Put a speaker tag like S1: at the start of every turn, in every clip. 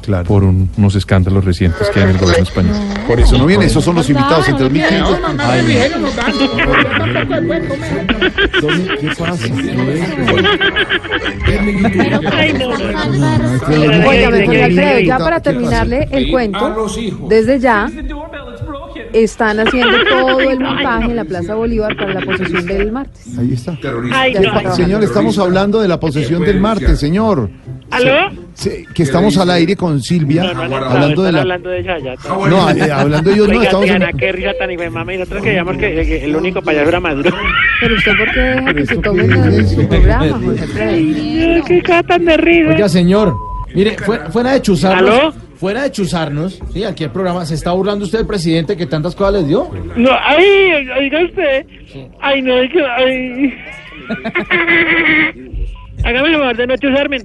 S1: Claro.
S2: por un- unos escándalos recientes que hay en el gobierno español.
S1: Por eso no viene, esos son los invitados entre el
S3: No,
S1: 1500.
S3: no, no,
S1: Ay,
S3: me dijeron los datos. Yo tampoco me puedo comer.
S1: Tony, ¿Qué pasa?
S4: Óigame, Jorge Alfredo, ya para terminarle el cuento, desde ya están haciendo todo el montaje en la Plaza Bolívar para la posesión del martes.
S1: Ahí está.
S5: Ay, no.
S4: Ya está trabajando.
S1: Señor, estamos hablando de la posesión del martes, señor.
S5: ¿Aló?
S1: Se- Que estamos al aire con Silvia,
S5: No, no, no,
S1: hablando de
S5: están
S1: la...
S5: hablando de ella ya.
S1: No, a- eh, hablando de ellos, no,
S5: Oiga,
S1: estamos... en-
S5: Diana, qué risa tan hijo de mami. Nosotros creíamos que, que el único payaso era Maduro.
S4: Pero usted, ¿por qué deja que se tomen en su programa, Jorge Alfredo?
S5: Ay, qué cosa tan de risa.
S6: Oiga, señor, mire, fue- fuera de chuzarnos,
S5: ¿Aló?
S6: fuera de chuzarnos, sí, aquí el programa, ¿se está burlando usted del presidente que tantas cosas les dio?
S5: No, ay, oiga usted. Ay, no, es que. Ay. Hágame el favor de no chuzarme.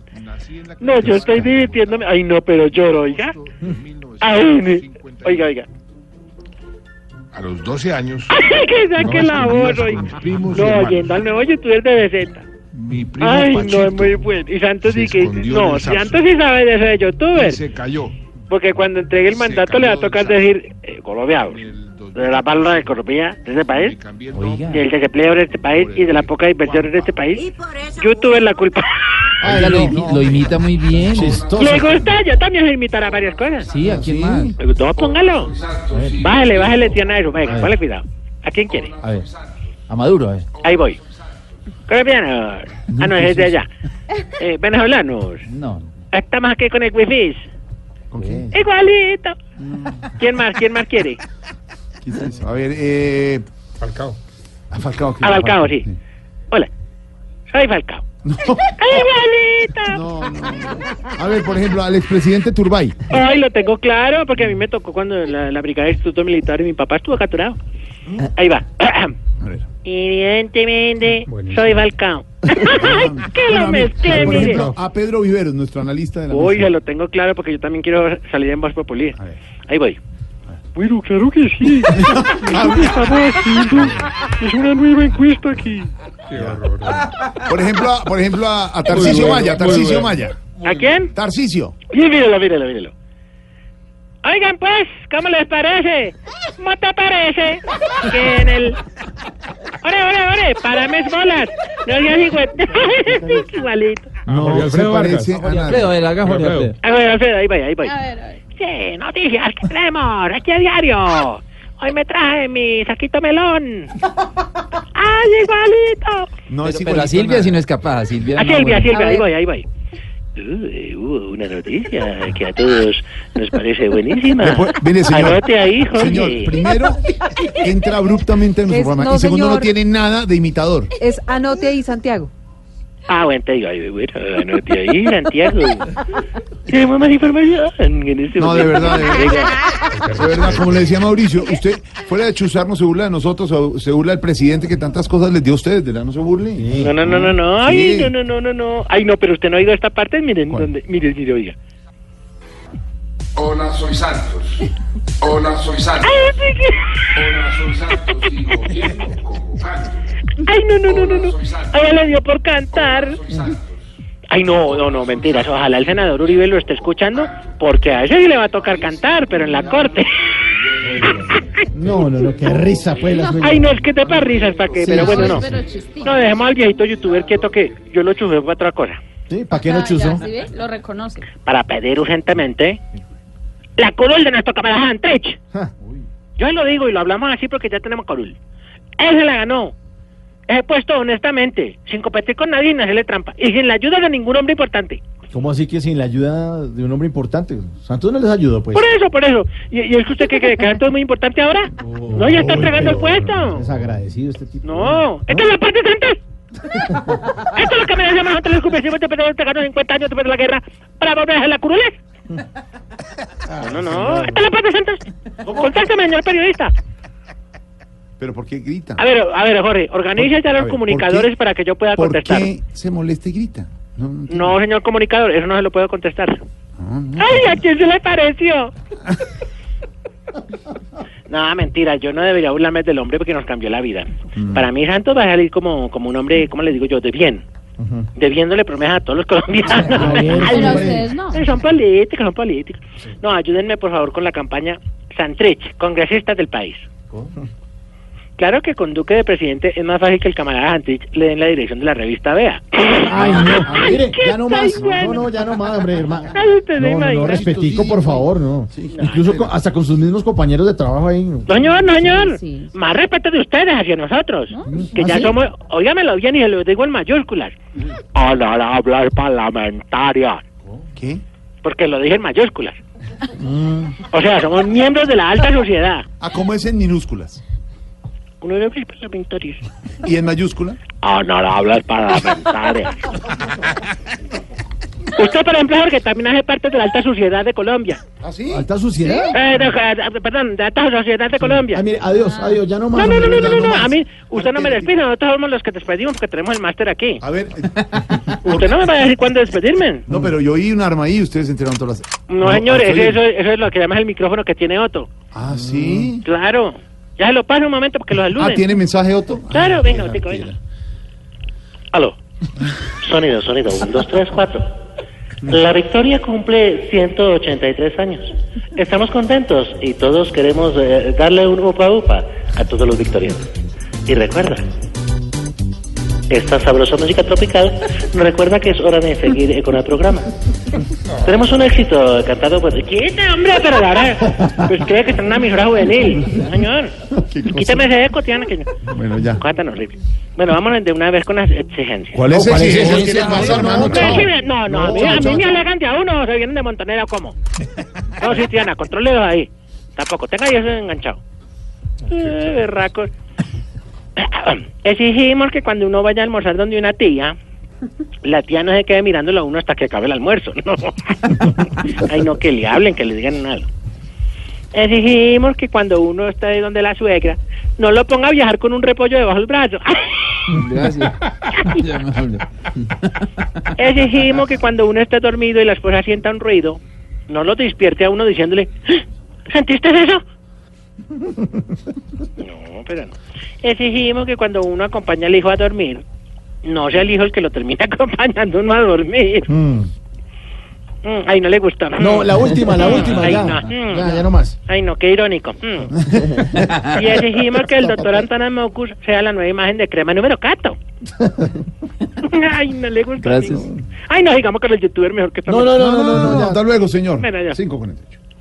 S5: No, yo estoy divirtiéndome. Ay, no, pero lloro, oiga. Ay, ni- oiga, oiga.
S7: A los 12 años,
S5: Ay, que saque
S7: No,
S5: la
S7: es un
S5: voz,
S7: lazo con
S5: oiga.
S7: mis primos y
S5: No,
S7: hermanos.
S5: oyendo al nuevo youtuber de Beceta.
S7: mi primo
S5: Ay, no,
S7: Pachito
S5: es muy bueno. Y Santos
S7: se
S5: sí que.
S7: escondió en
S5: No,
S7: el Samsung.
S5: Santos sí sabe de eso de youtuber.
S7: se cayó.
S5: Porque cuando entregue el
S7: Se
S5: mandato le va a
S7: cambió
S5: tocar
S7: de
S5: decir, eh, colombianos,
S7: En el dos-
S5: de la palabra de economía de este país,
S7: me cambié el
S6: Oiga.
S7: nombre.
S5: del desempleo de este país y de la poca inversión en este país, yo tuve la culpa.
S1: Ay,
S8: Oiga, lo,
S1: no,
S8: imi-
S1: no.
S8: lo imita muy bien.
S1: Chistoso.
S5: Le gusta, yo también se imitará varias cosas.
S8: Sí, ¿a quién
S1: Sí.
S8: más?
S5: Le gustó, póngalo. Bájale, bájale, tiana eso, venga,
S8: ver.
S5: ponle cuidado. ¿A quién quiere?
S8: A ver. A Maduro, a ver.
S5: Ahí voy. Colombianos. Ah, no, es de allá. Eh, venezolanos.
S8: No. no.
S5: Estamos aquí con el wifi. Igualito. Mm. ¿Quién más? ¿Quién más quiere?
S1: A ver, eh... A Falcao.
S5: A
S1: claro,
S5: Falcao, sí. Hola. Soy Falcao. ¡Igualito!
S1: No, no. A ver, por ejemplo, al expresidente Turbay.
S5: Ay, lo tengo claro, porque a mí me tocó cuando la, la brigada del Instituto Militar y mi papá estuvo capturado. Ahí va. Evidentemente, soy Falcao. que lo mezclé,
S1: Por
S5: mire.
S1: ejemplo, a Pedro Viveros, nuestro analista de la
S5: Uy,
S1: mesa.
S5: ya lo tengo claro, porque yo también quiero salir en Voz Populi.
S1: A ver.
S5: Ahí voy. Bueno, claro que sí.
S1: Ah,
S5: Lo que estamos haciendo es una nueva encuesta aquí.
S1: Por ejemplo, a, por ejemplo, a, a Tarcisio Maya, Tarcisio Maya.
S5: ¿A quién?
S1: Tarcisio.
S5: Y míralo, míralo, míralo. Oigan, pues, ¿cómo les parece? ¿Cómo te parece? Que en el. ¡Ore, ore, ore! ¡Para mis bolas! No digas igual. Igualito. Ah,
S1: No, se parece a
S8: Jorge
S1: nada.
S8: Alfredo, a ver, haga Jorge Alfredo.
S5: A ver, Alfredo, ahí voy, ahí voy.
S3: A ver, a ver.
S5: Sí, noticias que tenemos aquí a diario. Hoy me traje mi saquito melón. ¡Ay, igualito!
S1: No
S8: Pero,
S1: es
S8: pero a
S1: igualito
S8: Silvia
S1: nada.
S8: sí no es capaz. a Silvia
S5: A
S8: no,
S5: Silvia, a
S8: bueno.
S5: Silvia,
S4: A
S5: ahí
S4: ver.
S5: voy, ahí voy. Uh, hubo una noticia que a todos nos parece buenísima.
S1: Después- mire, señor.
S5: Anote ahí, Jorge.
S1: Señor, primero entra abruptamente en nuestro
S4: Es-
S1: programa
S4: no,
S1: y segundo no
S4: señor.
S1: tiene nada de imitador.
S4: Es Anote ahí, Santiago.
S5: Ah, bueno, te digo, ay, bueno, anote ahí, Santiago. Tenemos más información en este
S1: No, de
S5: momento.
S1: verdad, de verdad. De verdad, como le decía Mauricio, usted fuera de chuzarnos se burla de nosotros, o se burla del presidente que tantas cosas les dio a ustedes, de verdad, no se burle.
S5: No, no, no, no, no, ay,
S1: Sí.
S5: no, no, no, no, no. Ay, no, pero usted no ha ido a esta parte, miren,
S1: ¿Cuál?
S5: donde, miren, mire, oiga.
S9: Hola, soy Santos. Hola, soy Santos.
S5: Ay, sí que-
S9: Hola, soy Santos y gobierno convocando.
S5: ay, no, no, no, no, no. Ay, le dio por cantar.
S9: Soy Santos.
S5: Ay, no, no, no, mentiras. Ojalá el senador Uribe lo esté escuchando, porque a ese sí le va a tocar cantar, pero en la corte.
S6: No, no, no, qué risa, pues. la suya.
S5: Ay, no, es que te para risas, ¿para qué?
S6: Sí,
S5: Pero
S6: sí,
S5: bueno, no.
S6: sí,
S3: Pero chistico.
S5: No, dejemos al viejito youtuber quieto que yo lo chufé para otra cosa.
S6: Sí, ¿Para qué
S3: Ah,
S6: no
S3: ya,
S6: chuzó?
S3: ¿sí ve? Lo reconoce.
S5: para pedir urgentemente la curul de nuestro camarada Antrich. Yo lo digo y lo hablamos así porque ya tenemos curul. Él se la ganó. He puesto honestamente, sin competir con nadie y sin hacerle trampa. Y sin la ayuda de ningún hombre importante.
S6: ¿Cómo así que sin la ayuda de un hombre importante? Santos no les ayudó, pues.
S5: Por eso, por eso. ¿Y, y es que usted cree que, que Santos es muy importante ahora? no, ya está entregando el puesto.
S6: Desagradecido este tipo.
S5: No, esta es la parte de Santos. Esto es lo que me decíamos nosotros los cumpleaños de Pedro Entregarnos 50 años después de la guerra para volver a dejar la curulez. No, no,
S1: Ah,
S5: no. Esta es la parte de Santos. Contáctame, señor periodista.
S1: Pero ¿por qué grita?
S5: A ver, a ver, Jorge, organiza ya
S1: A
S5: los
S1: ver, ¿por
S5: comunicadores
S1: qué-
S5: para que yo pueda
S1: ¿Por
S5: contestar.
S1: qué se molesta y grita? No, no entiendo.
S5: No, señor comunicador, eso no se lo puedo contestar.
S1: No, no.
S5: ¡Ay, a quién se le pareció! no, mentira, yo no debería burlarme del
S6: Mm.
S5: hombre porque nos cambió la vida. Para mí, Santos va a salir como, como un hombre, ¿cómo le digo yo? De bien. debiéndole promesas a todos los colombianos.
S3: Pero a ustedes no.
S5: Son políticos, son políticos. No, ayúdenme por favor con la campaña Santrich, congresistas del país. Claro que con Duque de presidente es más fácil que el camarada Santrich le den la dirección de la revista Vea.
S6: Ay, no,
S5: Ay,
S6: mire,
S5: qué
S6: ya no más.
S5: tan
S6: No,
S5: bueno.
S6: no, ya no más, hombre, hermano.
S5: Ay, te lo
S6: No, no, no,
S5: imaginas.
S6: respetico, por favor, no. Incluso con- hasta con sus mismos compañeros de trabajo ahí. no.
S5: No, señor, no, señor.
S4: Sí, sí.
S5: Más respeto de ustedes hacia nosotros. Que
S6: ¿Ah,
S5: ya
S6: sí?
S5: somos, óigamelo bien y se lo digo en mayúsculas. Honorables parlamentarias.
S1: ¿Qué?
S5: Porque lo dije en mayúsculas.
S4: Mm.
S5: O sea, somos miembros de la alta sociedad.
S1: Ah, ¿cómo es en minúsculas?
S5: Honorables parlamentarios.
S1: ¿Y en mayúscula?
S5: Honorables parlamentarias. Usted, por ejemplo, Jorge, también hace parte de la alta sociedad de Colombia.
S1: ¿Ah, sí?
S6: ¿Alta suciedad?
S5: Eh, no, eh, perdón, de la alta sociedad de Colombia.
S6: Ay, mire, adiós, adiós, ya no
S5: Ah. No,
S6: más.
S5: no, no, no,
S6: hombre,
S5: no,
S6: ya
S5: no, no,
S6: más.
S5: a mí, usted no me despide, nosotros somos los que despedimos porque tenemos el máster aquí.
S1: A ver, eh,
S5: Usted no me va a decir cuándo despedirme.
S1: no, pero yo oí un arma ahí y ustedes se enteraron todas las...
S5: No,
S1: ah,
S5: señores,
S1: soy-
S5: eso, eso es Mm. lo que llamas el micrófono que tiene Otto.
S1: Ah, ¿sí?
S5: Claro. Ya se lo paso un momento porque los
S1: Ah,
S5: aluden.
S1: ¿tiene mensaje, Otto?
S5: Claro,
S1: Ah,
S5: venga,
S1: qué
S5: Otico, venga.
S1: mentira.
S5: Aló. Sonido, sonido. Un, dos, tres, cuatro. La victoria cumple 183 años. Estamos contentos y todos queremos eh, darle un upa upa a todos los victoriosos. Y recuerda, esta sabrosa música tropical nos recuerda que es hora de seguir eh, con el programa. Tenemos un éxito cantado por... ¡Quita, hombre! Pero ahora, pues creo que está en una emisora juvenil. Señor,
S1: Qué cosa.
S5: quítame ese eco, Tiana, que...
S1: Bueno, ya.
S5: Cosa tan horrible. Bueno, vámonos de una vez con las exigencias.
S1: ¿Cuál es
S6: No,
S1: ese?
S6: ¿cuál
S1: ¿Qué
S6: es ese?
S1: le pasa,
S6: Ay,
S1: hermano?
S6: hermano,
S1: Chao.
S5: Sí, me- No, no, a mí,
S1: No,
S5: a mí
S1: chao,
S5: me
S1: chao.
S5: alegan de a uno, se vienen de Montanera, ¿cómo? No, sí, Tiana, controleos ahí. Tampoco, tenga yo eso enganchado. Eh, berracos. Exigimos que cuando uno vaya a almorzar donde una tía, la tía no se quede mirándolo a uno hasta que acabe el almuerzo, ¿no? Ay, no, que le hablen, que le digan algo. Exigimos que cuando uno está ahí donde la suegra, no lo ponga a viajar con un repollo debajo del brazo.
S8: Gracias. Ya me hablo.
S5: Exigimos que cuando uno esté dormido y la esposa sienta un ruido, no lo despierte a uno diciéndole, "¿Ah! ¿sentiste eso? No, pero no. Exigimos que cuando uno acompaña al hijo a dormir, no sea el hijo el que lo termina acompañando uno a dormir.
S6: Mm.
S5: Mm, Ay, no le gusta. Mm.
S6: No, la última, la última,
S5: Ay,
S6: ya.
S5: no. Mm.
S6: Ya, ya no más.
S5: Ay, no, qué irónico. Mm. Y exigimos que el doctor Antanas Mocus sea la nueva imagen de crema número cato. Ay, no le gusta.
S8: Gracias.
S5: Ay, no, digamos que el youtuber mejor que
S6: No, no, no, no, no, no, ya.
S1: hasta luego, señor.
S5: Bueno, ya.
S1: 5.48.